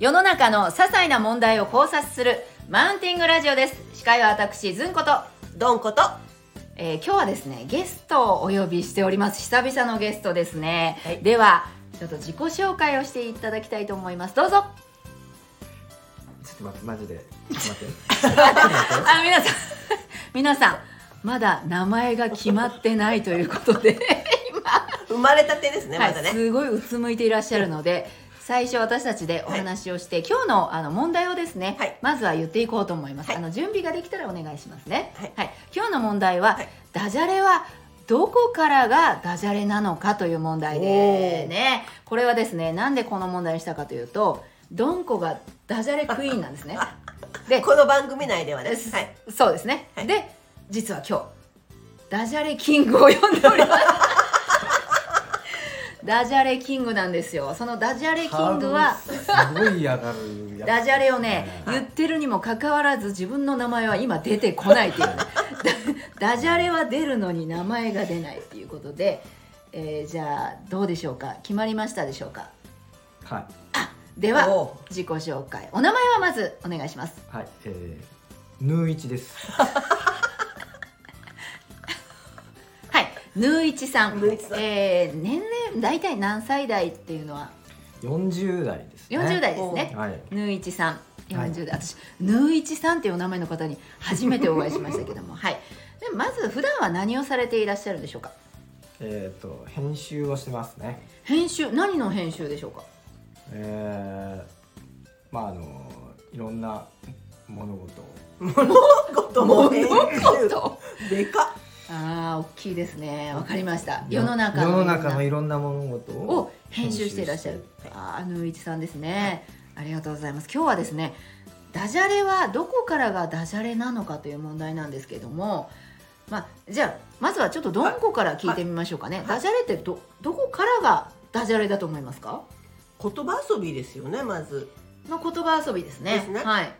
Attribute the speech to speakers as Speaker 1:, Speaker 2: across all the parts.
Speaker 1: 世の中の些細な問題を考察するマウンティングラジオです司会は私ずんこと、
Speaker 2: どんこと
Speaker 1: えー今日はですねゲストをお呼びしております久々のゲストですね、
Speaker 2: はい
Speaker 1: ではちょっと自己紹介をしていただきたいと思いますどうぞ
Speaker 3: ちょっと待って、マジで。ちょっと待って。
Speaker 1: あ皆さん皆さんまだ名前が決まってないということで
Speaker 2: 生まれたてですね、
Speaker 1: はい
Speaker 2: まだね
Speaker 1: すごいうつむいていらっしゃるの で最初私たちでお話をして、今日のあの問題をですね、
Speaker 2: はい
Speaker 1: まずは言っていこうと思います、
Speaker 2: はい
Speaker 1: あの準備ができたらお願いしますね
Speaker 2: はい
Speaker 1: 今日の問題は、
Speaker 2: はい
Speaker 1: ダジャレはどこからがダジャレなのかという問題で
Speaker 2: おー
Speaker 1: ねこれはですねなんでこの問題にしたかというとドンコがダジャレクイーンなん ですねで
Speaker 2: この番組内ではね、
Speaker 1: です
Speaker 2: はい、
Speaker 1: そうですね、
Speaker 2: はい
Speaker 1: で実は今日ダジャレキングを呼ん でおりますダジャレキングなんですよそのダジャレキングは
Speaker 3: ハードルすごい上がるやつ。
Speaker 1: ダジャレをね、
Speaker 2: はい
Speaker 1: 言ってるにもかかわらず自分の名前は今出てこないっていう ねダダジャレは出るのに名前が出ないっていうことで、えーじゃあどうでしょうか決まりましたでしょうか
Speaker 3: はい。
Speaker 1: で
Speaker 2: おう
Speaker 1: は自己紹介お名前はまずお願いします
Speaker 3: はい、えー、ヌーイチです。
Speaker 1: はい、ヌーイチさん。
Speaker 2: ヌーイチさん
Speaker 1: えー年齢大体何歳代っていうのは
Speaker 3: 四十代です、ね。
Speaker 1: 40代ですね。
Speaker 3: はい。
Speaker 1: ヌーイチさん。
Speaker 3: はい
Speaker 1: 40代、私ヌーイチさんっていうお名前の方に初めてお会いしましたけどもはいでまず普段は何をされていらっしゃるんでしょうか
Speaker 3: えっ、と、編集をしてますね。
Speaker 1: 編集何の編集でしょうか
Speaker 3: えー、まあ、あの、いろんな物事を。
Speaker 2: ことも編集
Speaker 1: と
Speaker 2: でか
Speaker 1: ああ大きいですねわかりました
Speaker 3: 世
Speaker 1: 世の中
Speaker 3: 世
Speaker 1: のいろ
Speaker 3: の
Speaker 1: んな
Speaker 3: 中のいろんな物事
Speaker 1: を
Speaker 3: を
Speaker 1: 編集していらっしゃる
Speaker 3: 編集し。
Speaker 1: ああ、ぬいちさんですね、ありがとうございます。今日はですね、ダジャレはどこからがダジャレなのかという問題なんですけども。まあ、じゃあ、まずはちょっとどんこから聞いてみましょうかね。ダジャレってど、どこからがダジャレだと思いますか。
Speaker 2: 言葉遊びですよね、まず
Speaker 1: の言葉遊びですね。
Speaker 2: ですね
Speaker 1: はい。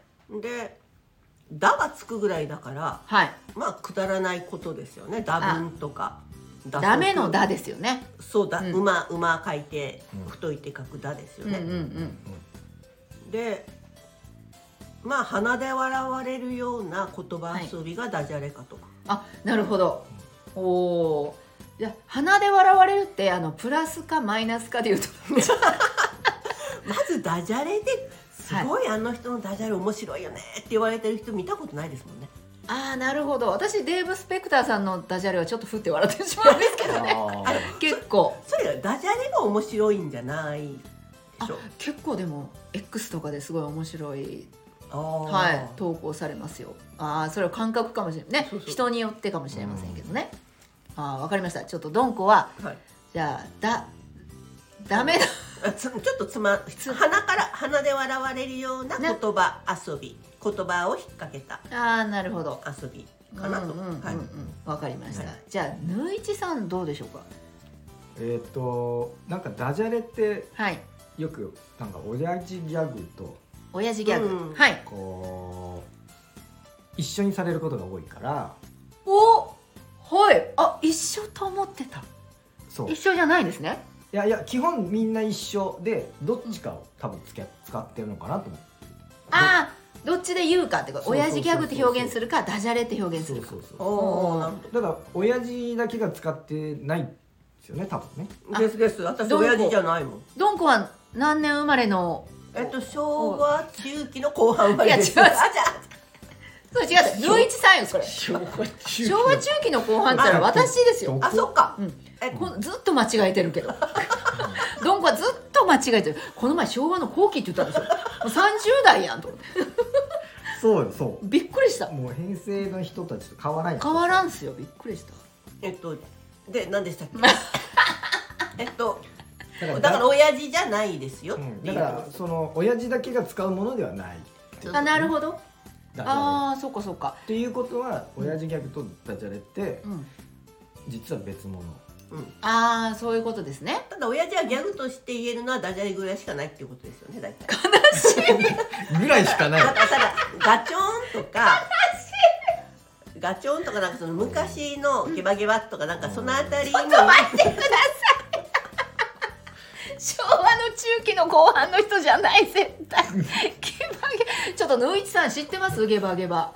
Speaker 2: で「だ」がつくぐらいだから
Speaker 1: はい。
Speaker 2: まあくだらないことですよね「だぶん」とか「だ
Speaker 1: ダメのだですよね。
Speaker 2: そうだ、
Speaker 1: う
Speaker 2: うんまうま書いて、
Speaker 3: うん
Speaker 2: 太いって書く「だ」ですよ
Speaker 1: うんうんう
Speaker 2: ね、
Speaker 1: ん。
Speaker 2: でまあ鼻で笑われるような言葉遊びがダジャレかとか、
Speaker 1: あ、なるほど。おお。じゃあ、鼻で笑われるって、あのプラスかマイナスかで言うと。
Speaker 2: まずダジャレ ですごい、あの人のダジャレ面白いよねって言われてる人見たことないですもんね
Speaker 1: ああなるほど私デーブ・スペクターさんのダジャレはちょっとふって笑ってしまうんですけ ど
Speaker 3: あ
Speaker 1: ね
Speaker 3: ー
Speaker 1: 結構
Speaker 2: それがダジャレが面白いんじゃないでしょ
Speaker 1: 結構でも X とかですごい面白い、
Speaker 2: ああ
Speaker 1: はい、投稿されますよああそれは感覚かもしれないね
Speaker 2: そうそう
Speaker 1: 人によってかもしれませんけどね、ああわかりましたちょっとドンコは
Speaker 2: はい
Speaker 1: じゃあだダメだ
Speaker 2: あつちょっとつま鼻から鼻で笑われるような言葉遊び言葉を引っ掛けた
Speaker 1: ああなるほど
Speaker 2: 遊び
Speaker 1: うんう
Speaker 2: か
Speaker 1: んう
Speaker 2: なんと、
Speaker 1: うん
Speaker 2: はい、
Speaker 1: わかりました、
Speaker 2: はい
Speaker 1: じゃあぬいちさんどうでしょうか
Speaker 3: えっ、と、なんかダジャレって、
Speaker 1: はい
Speaker 3: よく、なんか親父ギャグと、
Speaker 1: 親父ギャグ、
Speaker 2: うん
Speaker 1: はい
Speaker 3: こう。一緒にされることが多いから。
Speaker 1: おはいあ一緒と思ってた
Speaker 3: そう。
Speaker 1: 一緒じゃないんですね
Speaker 3: いやいや基本みんな一緒でどっちかを多分つけ使ってるのかなと思って
Speaker 1: ああどっちで言うかってこと
Speaker 3: そうそうそうそう
Speaker 1: 親父ギャグって表現するかダジャレって表現するか
Speaker 3: そうそう
Speaker 2: お
Speaker 3: そ
Speaker 2: おなる
Speaker 3: うだから親父だけが使ってないですよね多分ね
Speaker 2: ほどですです私
Speaker 1: どういう
Speaker 2: 親父じゃないもん
Speaker 1: ドンコは何年生まれの
Speaker 2: えっと昭和中期の後半はい
Speaker 1: や違う
Speaker 2: ですあじゃ
Speaker 1: そう違うぬいちさんよそれ
Speaker 3: 昭和中
Speaker 1: 昭和中期の後半って言ったら私ですよ
Speaker 2: ああそっか、
Speaker 1: うん
Speaker 2: え
Speaker 1: こんずっと間違えてるけど ドンコはずっと間違えてるこの前昭和の後期って言ったんですよもう30代やんと思って
Speaker 3: そうよそ
Speaker 1: びっくりした
Speaker 3: うもう平成の人たちと変わらない
Speaker 1: 変わら
Speaker 3: ん
Speaker 1: んすよびっくりした
Speaker 2: えっとで何でしたっけ えっと
Speaker 3: だ
Speaker 2: だから親父じゃないですよ、
Speaker 3: うんだからその親父だけが使うものではない
Speaker 1: あなるほど
Speaker 3: ダジャレ
Speaker 1: ああーそっかそっか
Speaker 3: っていうことは親父ギャグとダジャレって
Speaker 1: うん
Speaker 3: 実は別物
Speaker 2: うん、
Speaker 1: ああそういうことですね
Speaker 2: ただ親父はギャグとして言えるのはダジャレぐらいしかないっていうことですよね大体
Speaker 3: ぐらいしかない
Speaker 2: なんかただガチョーンとかガチョーンとかなんかその昔のゲバゲバとかなんかそのあたり に、
Speaker 1: 昭和の中期の後半の人じゃない絶対ゲバゲちょっとぬういちさん知ってますゲバゲバ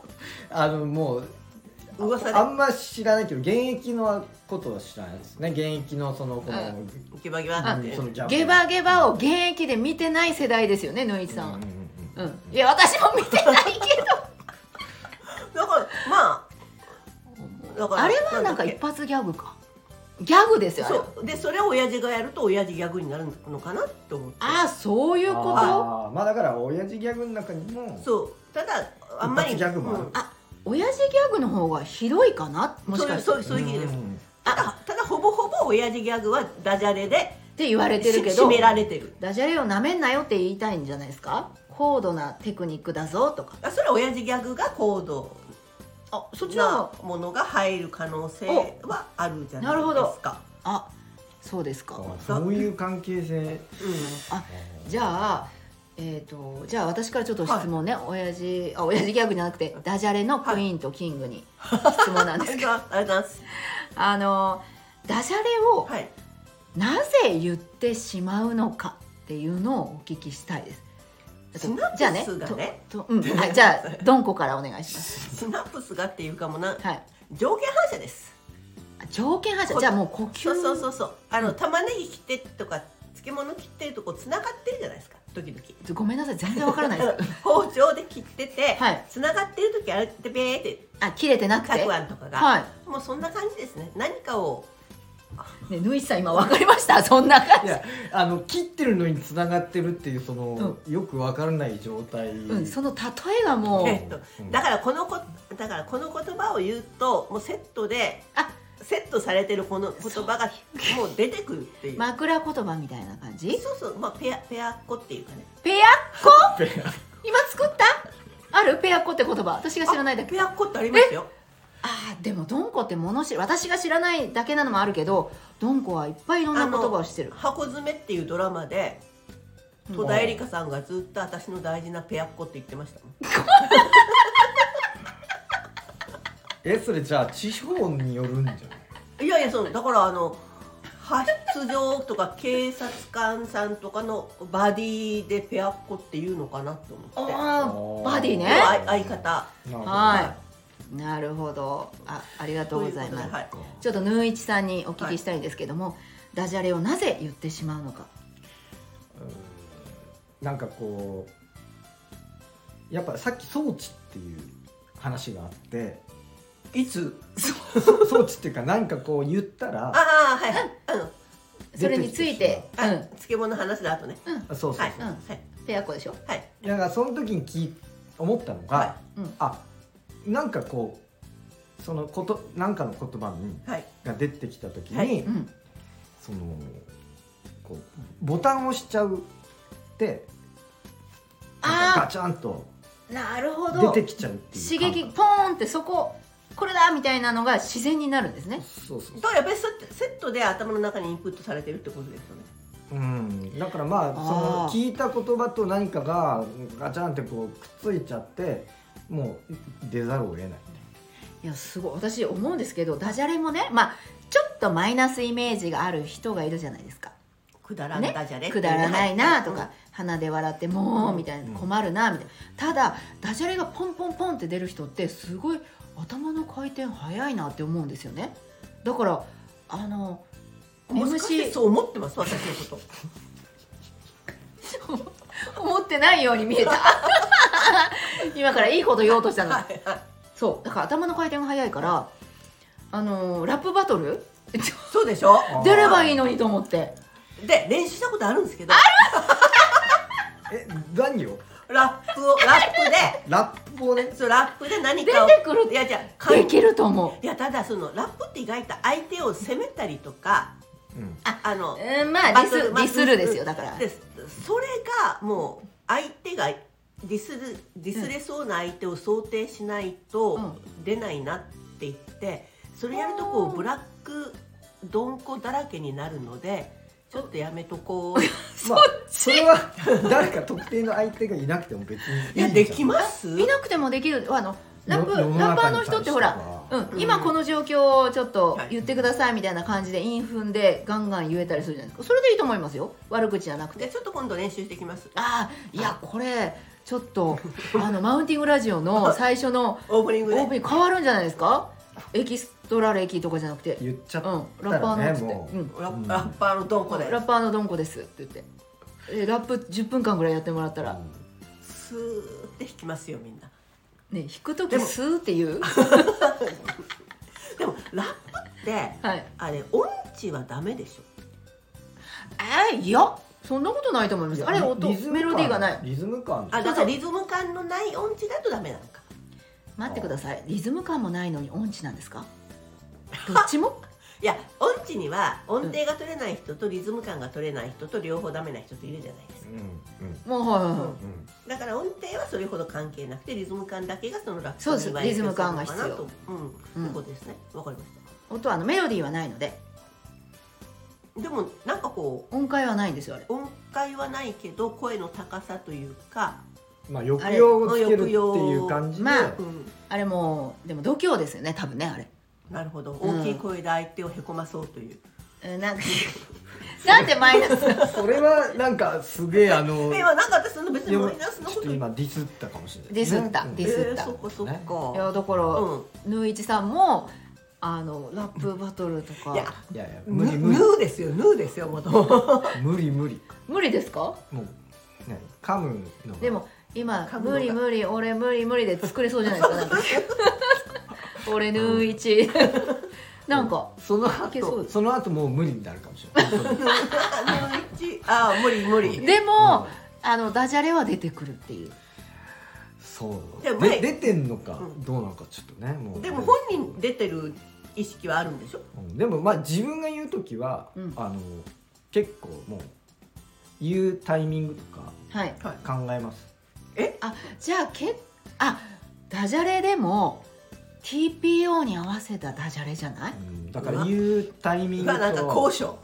Speaker 3: あのもう
Speaker 2: 噂
Speaker 3: あ
Speaker 2: で
Speaker 3: んま知らないけど現役のことは知らないですね現役のそのこの,、
Speaker 1: う
Speaker 2: ゲバゲバ
Speaker 3: あ
Speaker 2: って
Speaker 3: そのギャンブル
Speaker 1: ゲバゲバを現役で見てない世代ですよねぬういちさ んは、
Speaker 3: う
Speaker 1: うんんいや私も見てないけ
Speaker 2: だからまあだか
Speaker 1: ど
Speaker 2: ら
Speaker 1: あれはなんか一発ギャグかギャグですよあれは
Speaker 2: そうでそれを親父がやると親父ギャグになるのかなって思って
Speaker 1: ああそういうこと
Speaker 3: あーまあだから親父ギャグの中にも
Speaker 2: そうただあんまり
Speaker 3: 一発ギャグもある
Speaker 2: うん
Speaker 1: 親父ギャグの方が広いかなもしかしてっ
Speaker 2: そういうそういう意味です、
Speaker 3: ん
Speaker 2: ただただほぼほぼ親父ギャグはダジャレで
Speaker 1: て言われてるけ
Speaker 2: し
Speaker 1: ど
Speaker 2: められてる
Speaker 1: ダジャレをなめんなよって言いたいんじゃないですか高度なテクニックだぞとか
Speaker 2: あそれは親父ギャグが行動
Speaker 1: あそっち
Speaker 2: な
Speaker 1: の
Speaker 2: ものが入る可能性はあるじゃない
Speaker 1: おなる
Speaker 2: で
Speaker 1: ほ
Speaker 2: すか。
Speaker 1: あそうですか
Speaker 3: あそういう関係性
Speaker 1: じゃあえー、とじゃあ私からちょっと質問ね、親父あ親父ギャグじゃなくてダジャレのクイーンとキングに質問なんです
Speaker 2: う
Speaker 1: け
Speaker 2: ん、
Speaker 1: ど、
Speaker 2: あありがとうございます。
Speaker 1: あのダジャレを
Speaker 2: はい。
Speaker 1: なぜ言ってしまうのかっていうのをお聞きしたいです。
Speaker 2: シナプス
Speaker 1: じゃあね
Speaker 2: がね
Speaker 1: ととうん、あじゃあドンコからお願いします。
Speaker 2: シナプスがっていうかもな
Speaker 1: はい、
Speaker 2: 条件反射です。
Speaker 1: 条件反射じゃあもう呼吸
Speaker 2: そうそうそうそう。あの玉ねぎ切ってとか漬物切ってるとこ繋がってるじゃないですか。時々。
Speaker 1: ごめんなさい全然わからない です。
Speaker 2: 包丁で切ってて、
Speaker 1: はい
Speaker 2: 繋がってる時あれってべーって
Speaker 1: あ切れてなくて。
Speaker 2: たくあんとかが、
Speaker 1: は
Speaker 2: もうそんな感じですね。何かを
Speaker 1: い。ねぬいさん今わかりましたそんな感
Speaker 3: い
Speaker 1: じ。
Speaker 3: やあの切ってるのに繋がってるっていうその、よくわからない状態、
Speaker 1: うんその例えがもう
Speaker 2: えっとだからこのこだからこの言葉を言うともうセットで
Speaker 1: あ
Speaker 2: セットされてるこの言葉が もう出てくるっていう。
Speaker 1: 枕言葉みたいな感じ。
Speaker 2: そうそう、まあ、ペア、ペアっ子っていうかね。
Speaker 1: ペアッコ
Speaker 3: ら
Speaker 1: 今作ったあるペアッコって言葉私が知らないだけ
Speaker 2: ペアっ子ってありますよ。
Speaker 1: あーでもドンコって物知り私が知らないだけなのもあるけどドンコはいっぱいいろんな言葉を知ってる
Speaker 2: 箱詰めっていうドラマで。
Speaker 1: うん
Speaker 2: 戸田恵梨香さんがずっと私の大事なペアっ子って言ってましたもん。
Speaker 3: えそれじゃあ地方によるんじゃない
Speaker 2: いやいや、そう、だから、あの。派出所とか警察官さんとかのバディでペアっ子っていうのかなと思って。
Speaker 1: あーバディね
Speaker 2: 相相方。
Speaker 3: なるほど
Speaker 1: はいなるほどあありがとうござい
Speaker 2: ということ
Speaker 1: ま
Speaker 2: では
Speaker 1: す
Speaker 2: い。
Speaker 1: ちょっとヌーイチさんにお聞きしたいんですけども、ダジャレをなぜ言ってしまうのか
Speaker 3: うんなんかこうやっぱさっき装置っていう話があ って
Speaker 2: いつ。
Speaker 3: そ装置っていうかなんかこう言った
Speaker 2: ああ、
Speaker 3: ら
Speaker 2: はいはい。あの、
Speaker 1: それについて
Speaker 2: あ漬物の話だとね。
Speaker 3: あそうそうそう、
Speaker 2: はい、
Speaker 1: ん
Speaker 2: はい、
Speaker 1: うん、ペアッコでしょ
Speaker 2: はい。
Speaker 3: だからその時に聞い思ったのが、
Speaker 2: は
Speaker 1: うん
Speaker 3: あなんかこうそのことなんかの言葉に
Speaker 2: はい。
Speaker 3: が出てきた時に、
Speaker 2: はい
Speaker 1: うん
Speaker 3: そのこうボタンを押しちゃうってなんかガ
Speaker 1: あ
Speaker 3: チャンと
Speaker 1: あなるほ
Speaker 3: 出
Speaker 1: ど
Speaker 3: てきちゃうってい
Speaker 1: 刺
Speaker 3: う感覚
Speaker 1: 激ポーンってそここれだみたいなのが自然になるんですね
Speaker 3: そうそう
Speaker 2: とやっぱりセットセットで頭の中にインプットされてるってことですよね。
Speaker 3: うん、だからまあそ
Speaker 1: あ
Speaker 3: の
Speaker 1: ー
Speaker 3: 聞いた言葉と何かがガチャンってこうくっついちゃってもう出ざるを得ない
Speaker 1: いやすごい私思うんですけどダジャレもねまあちょっとマイナスイメージがある人がいるじゃないですか、
Speaker 2: くだらん
Speaker 1: ね
Speaker 2: ダジャレ、
Speaker 1: くだらないなとか、
Speaker 2: うん
Speaker 1: 鼻で笑ってもうみたい
Speaker 3: うん
Speaker 1: な困るなみたいなただダジャレがポンポンポンって出る人ってすごい頭の回転早いなって思うんですよねだからあの
Speaker 2: もしかして
Speaker 1: MC
Speaker 2: そう思ってます私の こと。
Speaker 1: 思ってないように見えた 今からいいこと言おうとしたのに
Speaker 2: はいはい。
Speaker 1: そうだから頭の回転が早いからあのラップバトル
Speaker 2: そうでしょ。
Speaker 3: あー
Speaker 1: 出ればいいのにと思って
Speaker 2: で練習したことあるんですけど、
Speaker 3: え何よ
Speaker 2: ラップをラップで
Speaker 3: ラップをね
Speaker 2: そうラップで何
Speaker 1: 出
Speaker 2: かを
Speaker 1: てくる
Speaker 2: いやじゃあ
Speaker 1: できると思う
Speaker 2: いやただそのラップって意外と相手を責めたりとか
Speaker 3: うん
Speaker 2: あの
Speaker 1: えーまあ
Speaker 2: バ
Speaker 1: ディ
Speaker 2: ト
Speaker 1: スデ
Speaker 2: ルまあ
Speaker 1: ィスるですよだから
Speaker 2: でそれがもう相手がディスるディスれそうな相手を想定しないと出ないなって言ってそれやるとこ
Speaker 1: おー
Speaker 2: うブラックどんこだらけになるのでちょっとやめとこうい
Speaker 3: まあそれは 誰か特定の相手がいなくても別にいい
Speaker 2: や
Speaker 3: じゃん
Speaker 2: できます
Speaker 1: いなくてもできるあのラップ
Speaker 3: よ世の
Speaker 1: ラッ
Speaker 3: 中に
Speaker 1: パーの人ってほら
Speaker 3: 対しては
Speaker 1: うん
Speaker 2: うん
Speaker 1: 今この状況をちょっと
Speaker 2: はい
Speaker 1: 言ってくださいみたいな感じで韻踏んでガンガン言えたりするじゃないですかそれでいいと思いますよ悪口じゃなく
Speaker 2: で
Speaker 1: て
Speaker 2: ちょっと今度練習してきます
Speaker 1: ああいやこれちょっとあのマウンティングラジオの最初の
Speaker 2: オープニン
Speaker 1: オ
Speaker 2: グで
Speaker 1: ープニング変わるんじゃないですかエキストラ歴とかじゃなくて、うん、
Speaker 3: 言っちゃった
Speaker 1: ラ
Speaker 3: ら
Speaker 1: ッパーのっつって、
Speaker 3: もう
Speaker 1: うん、
Speaker 2: ラッラッパーのドンコで
Speaker 1: ラッパーのどんこですって言ってえラップ10分間ぐらいやってもらったら、
Speaker 2: スーって弾きますよみんな
Speaker 1: ね弾く時
Speaker 2: でも
Speaker 1: スーって いう
Speaker 2: でもラップって
Speaker 1: はい
Speaker 2: あれ音痴はダメでしょ
Speaker 1: えー、いやそんなことないと思いますあれ音
Speaker 3: リズム
Speaker 1: メ
Speaker 3: 感
Speaker 1: ロディーがない
Speaker 3: リズム感
Speaker 2: あだからリズム感のない音痴だとダメなのか
Speaker 1: 待ってくださいリズム感もないのに音痴なんですかどっちも
Speaker 2: いや音痴には音程が取れない人とリズム感が取れない人と両方ダメな人といるじゃないですか
Speaker 3: うんう ん
Speaker 1: もうはいはいはい、
Speaker 2: うん
Speaker 3: うん
Speaker 2: だから音程はそれほど関係なくてリズム感だけがそのラップ
Speaker 1: そうです
Speaker 2: には影響
Speaker 1: リズム感が必要
Speaker 2: するのかなとうん、
Speaker 1: うん
Speaker 2: そうですねわかりまし
Speaker 1: 音はあのメロディーはないので
Speaker 2: たでもなんかこ
Speaker 1: 音階はないんですよあれ
Speaker 2: う音階はないけど声の高さというか、
Speaker 3: まあ抑揚をつけるっていう感じで
Speaker 1: まあ
Speaker 2: うん、
Speaker 1: あれもうでも度胸ですよね多分ねあれ
Speaker 2: なるほど
Speaker 1: うん
Speaker 2: 大きい声で相手をへこまそうという、
Speaker 1: えーなん かなんでマイ ナス
Speaker 3: それはなんかすげえあ の
Speaker 2: 今なんか私その別に
Speaker 3: よ
Speaker 2: マイナスの
Speaker 3: ち
Speaker 2: こ
Speaker 3: ょ
Speaker 2: と
Speaker 3: っと
Speaker 2: 言っ
Speaker 3: 今ディスったかもしれない
Speaker 1: ディスった
Speaker 3: うん
Speaker 1: ディス
Speaker 2: え
Speaker 1: った
Speaker 2: ー、そっかそっ
Speaker 3: ね
Speaker 1: いや
Speaker 2: か、
Speaker 1: だから、
Speaker 2: うん
Speaker 1: ぬいちさんもあのラップバトルと
Speaker 2: いや
Speaker 1: か
Speaker 3: いやいや
Speaker 2: 無
Speaker 3: 無理
Speaker 2: 理
Speaker 3: 無
Speaker 2: 無
Speaker 3: 理
Speaker 2: ーですよヌーですよ元 々
Speaker 3: 無理無理
Speaker 1: 無理ですか
Speaker 3: もうね噛むのが
Speaker 1: でも今
Speaker 2: 噛むの
Speaker 1: 無
Speaker 2: が
Speaker 1: 理無理俺無理無理で作れそうじゃないですかなんか俺ぬーいちなんか
Speaker 3: その
Speaker 1: いけそう
Speaker 3: 後
Speaker 1: です
Speaker 3: その後もう無理になるかもしれない本
Speaker 2: あ
Speaker 3: 当に
Speaker 2: の一あー無理無理
Speaker 1: でも、あのダジャレは出てくるっていう
Speaker 3: そう
Speaker 2: でも
Speaker 3: で
Speaker 2: 前
Speaker 3: 出てんのか
Speaker 2: うん
Speaker 3: どうなのかちょっとねもう
Speaker 2: でも本人出てる意識はあるんでしょ
Speaker 3: うんでもまあ自分が言う時は
Speaker 1: うん
Speaker 3: あの結構もう言うタイミングとか
Speaker 1: はい
Speaker 2: はい
Speaker 3: 考えます
Speaker 1: あじゃあけあダジャレでも TPO に合わせたダジャレじゃない
Speaker 3: うんだから言うタイミング
Speaker 2: 今
Speaker 3: と
Speaker 2: なんか高所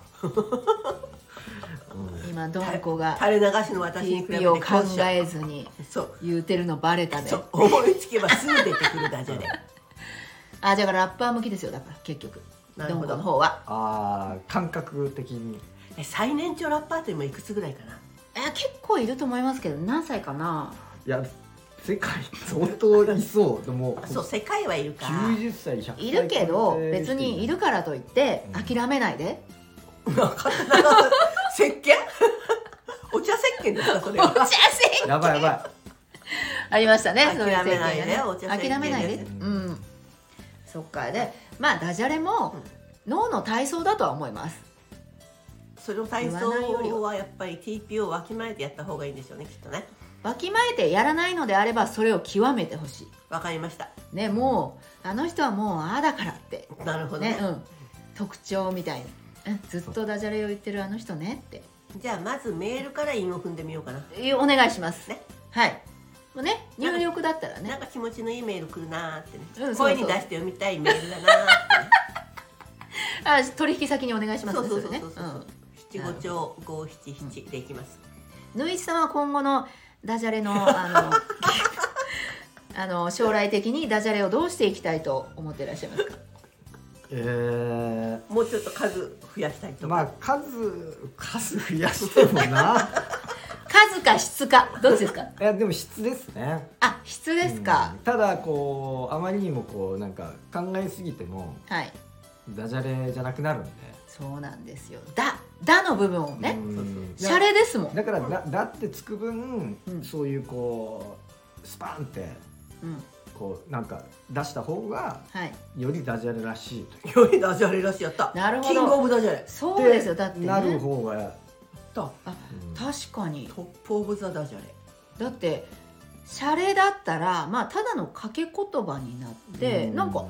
Speaker 3: うん
Speaker 1: 今どんこが
Speaker 2: 垂れ流しの私に比べて
Speaker 1: TPO を考
Speaker 2: 高所
Speaker 1: えずに
Speaker 2: そう
Speaker 1: 言うてるのバレたね
Speaker 2: そう思いつけばすぐ出てくるダジャレ
Speaker 1: あだからラッパー向きですよだから結局
Speaker 2: なる
Speaker 1: どん
Speaker 2: ほ
Speaker 1: こ
Speaker 2: ど
Speaker 1: の方は
Speaker 3: あー感覚的に
Speaker 2: え最年長ラッパーって今いくつぐらいかな
Speaker 1: え結構いると思いますけど何歳かない
Speaker 3: や世界相当 いそうでも
Speaker 2: あそう世界はいるか
Speaker 3: 90歳100歳
Speaker 1: いるけど別にいるからといって
Speaker 3: うん
Speaker 1: 諦めない で
Speaker 2: 石鹸お茶石鹸ですかそれは
Speaker 1: お茶せ
Speaker 3: やばいやば
Speaker 1: ありましたね
Speaker 2: 諦
Speaker 1: そういう宣
Speaker 2: めないで
Speaker 1: 言がね
Speaker 2: お茶宣言
Speaker 1: 諦めないで
Speaker 2: です
Speaker 3: ね
Speaker 1: うんそっかでまあダジャレも脳の体操だとは思います
Speaker 2: その体
Speaker 1: 言わないより
Speaker 2: 操
Speaker 1: は
Speaker 2: はやっぱり TPO をわきまえてやった方がいいんでしょうねきっとね
Speaker 1: わきまえてやらないのであればそれを極めてほしい
Speaker 2: わかりました
Speaker 1: ねもうあの人はもうああだからって
Speaker 2: なるほどね
Speaker 1: ねうん特徴みたいにうんずっとダジャレを言ってるあの人ねって
Speaker 2: じゃあまずメールから韻を踏んでみようかな
Speaker 1: えお願いします、
Speaker 2: ね
Speaker 1: はいもうね入力だったら
Speaker 2: な
Speaker 1: ね
Speaker 2: んか気持ちのいいメール来るなーってね、
Speaker 1: うんそうそう
Speaker 2: 声に出して読みたいメールだなーってね
Speaker 1: あ取引先にお願いします
Speaker 2: そう
Speaker 1: ね
Speaker 2: そ う
Speaker 1: そ
Speaker 2: そう
Speaker 1: れね
Speaker 2: そうそう七五調五七七でいきます、
Speaker 1: ぬいちさんは今後のダジャレ のあのあの将来的にダジャレをどうしていきたいと思っていらっしゃいますか
Speaker 3: いえー
Speaker 2: もうちょっと数増やしたいとか、
Speaker 3: まあ数数増やしてもな
Speaker 1: 数か質かどっちですか
Speaker 3: いやでも質ですね
Speaker 1: あ質ですか
Speaker 3: うん、ただこうあまりにもこうなんか考えすぎても
Speaker 1: はい
Speaker 3: ダジャレじゃなくなるんで
Speaker 1: そうなんですよだだの部分をね
Speaker 3: うん
Speaker 1: シャレですもん、
Speaker 3: だからだだってつく分、
Speaker 1: うん
Speaker 3: そういうこうスパンって
Speaker 1: うん、
Speaker 3: こうなんか出した方が
Speaker 1: はい
Speaker 3: よりダジャレらしいという
Speaker 2: よりダジャレらしいやった
Speaker 1: なるほど
Speaker 2: キングオブダジャレやっ
Speaker 1: そうですよだって、ね、
Speaker 3: なる方が、
Speaker 2: た
Speaker 3: うん
Speaker 1: 確かに
Speaker 2: トップオブザダジャレ
Speaker 1: だってシャレだったらまあただの掛け言葉になって
Speaker 3: う
Speaker 1: なんか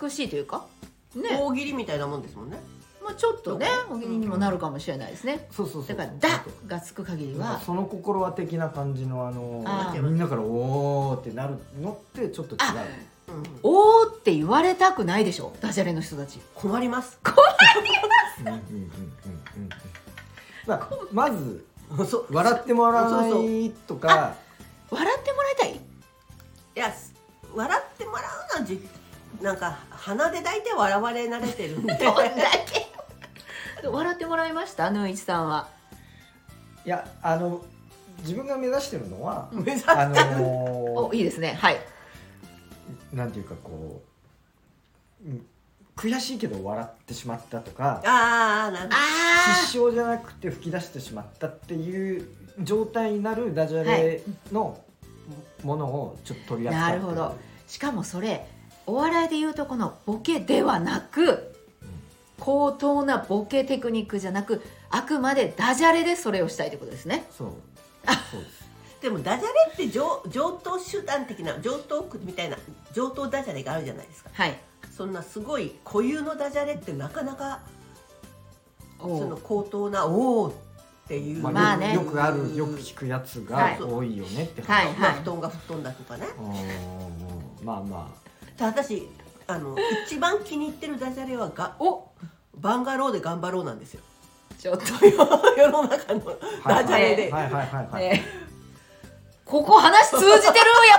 Speaker 1: 美しいというかね
Speaker 2: 大喜利みたいなもんですもんね
Speaker 1: まあちょっとねお気に入りにもなるかもしれないですね
Speaker 3: そうそう
Speaker 1: だ
Speaker 3: そう
Speaker 1: から「だ」がつく限り
Speaker 3: なんか
Speaker 1: は
Speaker 3: その心は的な感じのあの
Speaker 1: あ
Speaker 2: ー
Speaker 3: みんなから「おー」ってなるのってちょっと違う
Speaker 1: あ
Speaker 2: うん
Speaker 1: 「おー」って言われたくないでしょダジャレの人たち
Speaker 2: 困ります
Speaker 3: うんうんうんうんうんまあまず
Speaker 2: そう
Speaker 3: 笑ってもらわ
Speaker 2: そうそ
Speaker 3: な
Speaker 2: う
Speaker 3: いとか
Speaker 1: 笑ってもらいたい
Speaker 2: いや笑ってもらうのはじなんか鼻で大体笑われ慣れてるんで
Speaker 1: どんだけ笑ってもらいましたぬいちさんは。
Speaker 3: いやあの自分が目指してるのは
Speaker 2: 目指し
Speaker 3: あ
Speaker 1: お
Speaker 3: の
Speaker 1: いいですねはい。
Speaker 3: なんていうかこううん悔しいけど笑ってしまったとか
Speaker 2: ああなんか
Speaker 1: あ
Speaker 3: 失笑じゃなくて吹き出してしまったっていう状態になるダジャレのものをちょっと取り扱って
Speaker 1: なるほどしかもそれお笑いで言うとこのボケではなく高等なボケテクニックじゃなくあくまでダジャレでそれをしたいということですね。
Speaker 3: そうそうです
Speaker 2: でもダジャレって上上等手段的な上等句みたいな上等ダジャレがあるじゃないですか
Speaker 1: はい。
Speaker 2: そんなすごい固有のダジャレってなかなか
Speaker 1: お
Speaker 2: その
Speaker 1: お
Speaker 2: 高等な「おお」っていう、
Speaker 3: まあ、
Speaker 1: まあね
Speaker 3: よくあるよく聞くやつが多いよねって話、
Speaker 1: はい
Speaker 2: まあ、布団が布団だとかね
Speaker 3: うんうんうんまあま
Speaker 2: ただ私あの一番気に入ってるダジャレはが
Speaker 1: お
Speaker 2: バンガローで頑張ろうなんですよ
Speaker 1: ちょっと
Speaker 2: 世の中の
Speaker 3: あ、は
Speaker 2: ダ
Speaker 3: い
Speaker 2: ジャレで、
Speaker 3: はいはいはいはい、
Speaker 1: ねここ話通じてるやっ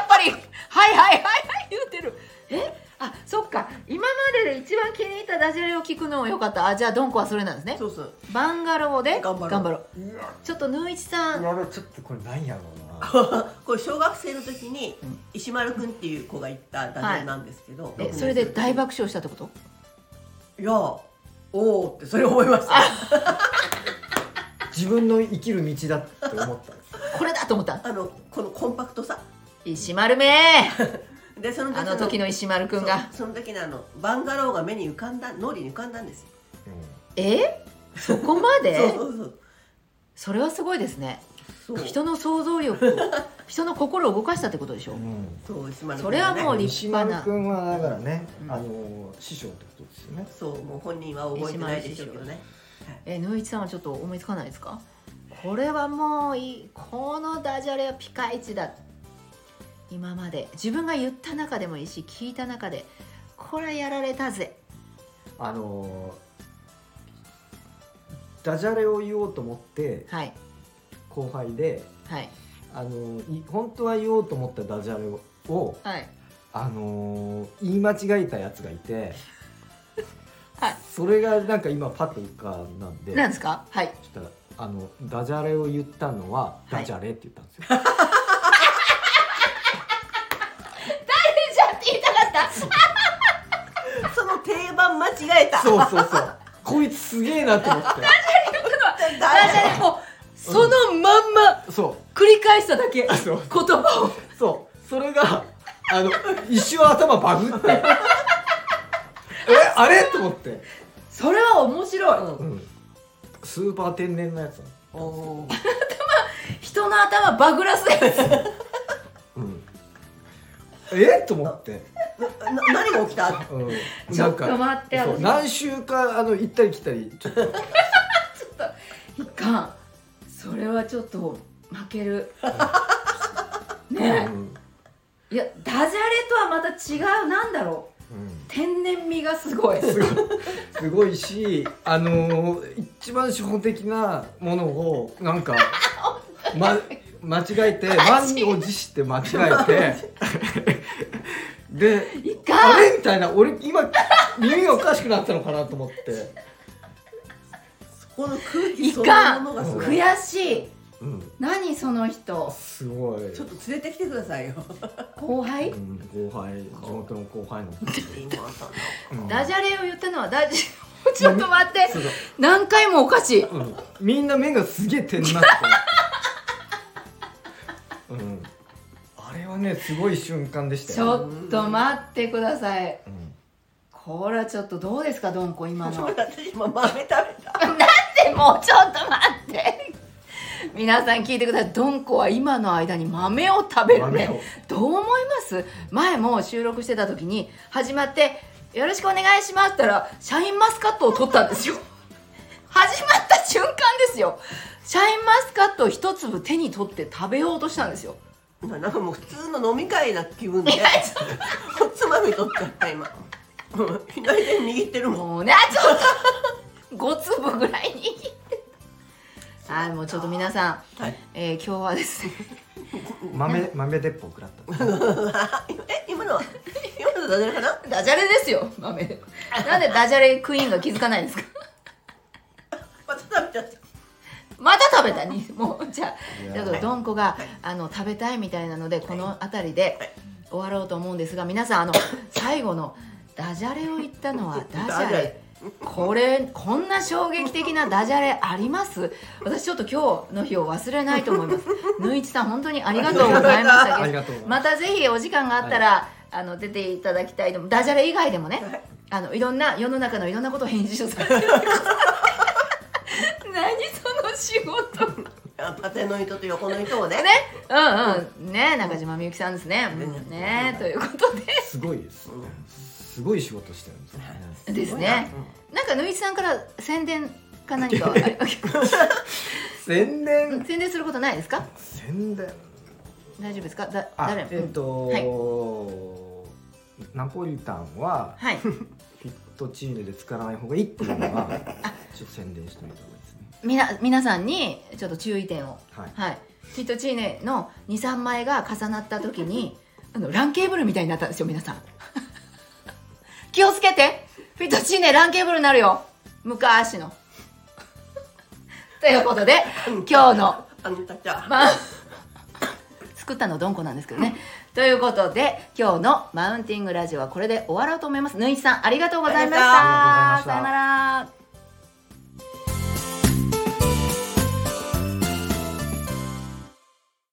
Speaker 1: ぱりはいはいはいはい言うてるえあそっか今までで一番気に入ったダジャレを聞くのもよかったあじゃあドンコはそれなんですね
Speaker 2: そうそう
Speaker 1: バンガローで
Speaker 2: 頑張ろう
Speaker 1: 頑張ろう
Speaker 3: うわ
Speaker 1: ちょっとぬいちさん
Speaker 3: やべちょっとこれなんやろうな
Speaker 2: これ小学生の時に
Speaker 1: うん
Speaker 2: 石丸君っていう子が言ったダジャレなんですけど、
Speaker 1: えそれで大爆笑したってこと
Speaker 2: いやおおってそれ思いました
Speaker 3: 自分の生きる道だって思ったんです
Speaker 1: これだと思った
Speaker 2: あのこのコンパクトさ
Speaker 1: 石丸め
Speaker 2: でその
Speaker 1: あの時の石丸くんが
Speaker 2: そうその時のあのバンガローが目に浮かんだ脳裏に浮かんだんですよ
Speaker 1: えそこまで
Speaker 2: そうそう
Speaker 1: それはすごいですね
Speaker 2: そうそう
Speaker 1: 人の想像力を人の心を動かしたってことでしょ
Speaker 3: うん、うん
Speaker 2: そう石丸君、ね、
Speaker 1: それはもう立
Speaker 3: 石丸君はだからね、
Speaker 1: うん
Speaker 3: あの師匠ってことですよね
Speaker 2: そうもう本人は覚えてないでしょうけどね
Speaker 1: えぬいちさんはちょっと思いつかないですかこれはもういいこのダジャレはピカイチだ今まで自分が言った中でもいいし聞いた中でこれはやられたぜ
Speaker 3: あのダジャレを言おうと思って
Speaker 1: はい
Speaker 3: 後輩で
Speaker 1: はい
Speaker 3: あのい本当は言おうと思ったダジャレを
Speaker 1: はい
Speaker 3: あの言い間違えたやつがいて、
Speaker 1: はい
Speaker 3: それがなんか今パッと浮かんだんで
Speaker 1: なんですかはい
Speaker 3: そしたらあのダジャレを言ったのはダジャレって言ったんですよ、
Speaker 1: えじゃあって言いたかった
Speaker 2: その定番間違えた
Speaker 3: そうそうそうこいつすげえなと思っ
Speaker 1: ダ
Speaker 3: て
Speaker 1: ジャレもそのまんま
Speaker 3: そ
Speaker 1: 繰り返しただけ言
Speaker 3: そう
Speaker 1: 葉を
Speaker 3: うそうそれがあの一瞬頭バグってえあれと思って、
Speaker 1: それは面白い、
Speaker 3: うん、スーパー天然のやつ、
Speaker 2: おー
Speaker 1: 人の頭バグらすやつ
Speaker 3: うん、えと思って、
Speaker 2: なな何が起きた
Speaker 3: うん、
Speaker 1: ちょ
Speaker 3: なん
Speaker 1: っと
Speaker 3: か
Speaker 1: 待って
Speaker 3: そう
Speaker 1: 私
Speaker 3: 何週かあの行ったり来たりちょっと
Speaker 1: いかんそれはちょっと負け るね
Speaker 3: うん
Speaker 1: えいやダジャレとはまた違うなんだろう
Speaker 3: うん
Speaker 1: 天然味がすごい
Speaker 3: すごいすごいし、あのー一番初歩的なものをなんか、ま、間違え て満を持して間違えてで
Speaker 1: い
Speaker 3: あ
Speaker 1: かん
Speaker 3: れみたいな俺今耳がおかしくなったのかなと思って、
Speaker 2: そこの空気
Speaker 1: い
Speaker 2: その
Speaker 1: かん
Speaker 2: ものがすごい
Speaker 1: 悔しい
Speaker 3: うん、
Speaker 1: 何その人
Speaker 3: すごい、
Speaker 2: ちょっと連れてきてくだ さいよ
Speaker 1: 後輩
Speaker 3: うん、後輩地元の後輩の、
Speaker 2: 今さ
Speaker 3: うん
Speaker 1: ダジャレを言ったのはダジ ちょっと待って
Speaker 3: そうそう
Speaker 1: 何回もおかしい
Speaker 3: うんみんな目がすげえ点になってる、うん、あれはねすごい瞬間でした
Speaker 1: ち
Speaker 3: よ、
Speaker 1: ょっと待ってください
Speaker 3: うん
Speaker 1: これはちょっとどうですかどんこ今の
Speaker 2: 私今豆食べた
Speaker 1: なんでもうちょっと待って皆さん聞いてくださいどんこは今の間に豆を食べる
Speaker 3: 豆
Speaker 1: ね
Speaker 3: を
Speaker 1: どう思います前も収録してた時に始まって「よろしくお願いします」って言ったらシャインマスカットを取ったんですよ始まった瞬間ですよシャインマスカットを一粒手に取って食べようとしたんですよ
Speaker 2: 今なんかもう普通の飲み会な気分でおつまみ取っちゃった今うん左手に握ってるもん
Speaker 1: もうねちょっと5粒ぐらい握ってたはいもうちょっと皆さん、
Speaker 2: はい
Speaker 1: えー今日はですね
Speaker 3: 豆豆鉄砲食らった
Speaker 2: え今のは今のとダジャレかな
Speaker 1: ダジャレですよ豆なんでダジャレクイーンが気づかないんですか
Speaker 2: また食べちゃった
Speaker 1: また食べたにもうじゃ
Speaker 3: い
Speaker 1: あ
Speaker 3: や
Speaker 1: ちょっとどんこがあの食べたいみたいなのでこの辺りで
Speaker 2: はい
Speaker 1: 終わろうと思うんですが皆さんあの最後のダジャレを言ったのは ダジャレこれこんな衝撃的なダジャレあります私ちょっと今日の日を忘れないと思いますぬいちさん本当にありがとうございましたけど
Speaker 3: ありがとうございま
Speaker 1: またぜひお時間があったら、あの出ていただきたいでもダジャレ以外でもね、あのいろんな世の中のいろんなことを返事をされてる何その仕事ね
Speaker 2: あ縦の糸と横の糸をね
Speaker 1: うんうんね中島みゆきさんですね
Speaker 2: うん
Speaker 1: ねということです
Speaker 3: ごいですすごい仕事してるんですよね
Speaker 1: ですねなんかぬいちさんから宣伝か何かは
Speaker 3: 宣伝
Speaker 1: 宣伝することないですか
Speaker 3: 宣伝
Speaker 1: 大丈夫ですかだ
Speaker 3: あ
Speaker 1: 誰も、
Speaker 3: えっと、
Speaker 1: は
Speaker 3: ナポリタンは
Speaker 1: はい
Speaker 3: フィットチーネで使わない方がいいっていうの はちょっと宣伝してみた方がいいですね
Speaker 1: みな皆さんにちょっと注意点を
Speaker 3: はい
Speaker 1: はい、フィットチーネの23枚が重なった時に あのランケーブルみたいになったんですよ皆さん 気をつけてフィットチーネランケーブルになるよ昔の ということで今日の
Speaker 2: あのたちゃ
Speaker 1: まあ作ったのどんこなんですけどねということで今日のマウンティングラジオはこれで終わろうと思いますぬいちさんありがとうございまし
Speaker 2: ありがとう
Speaker 3: ございま
Speaker 1: た
Speaker 3: した
Speaker 1: さよなら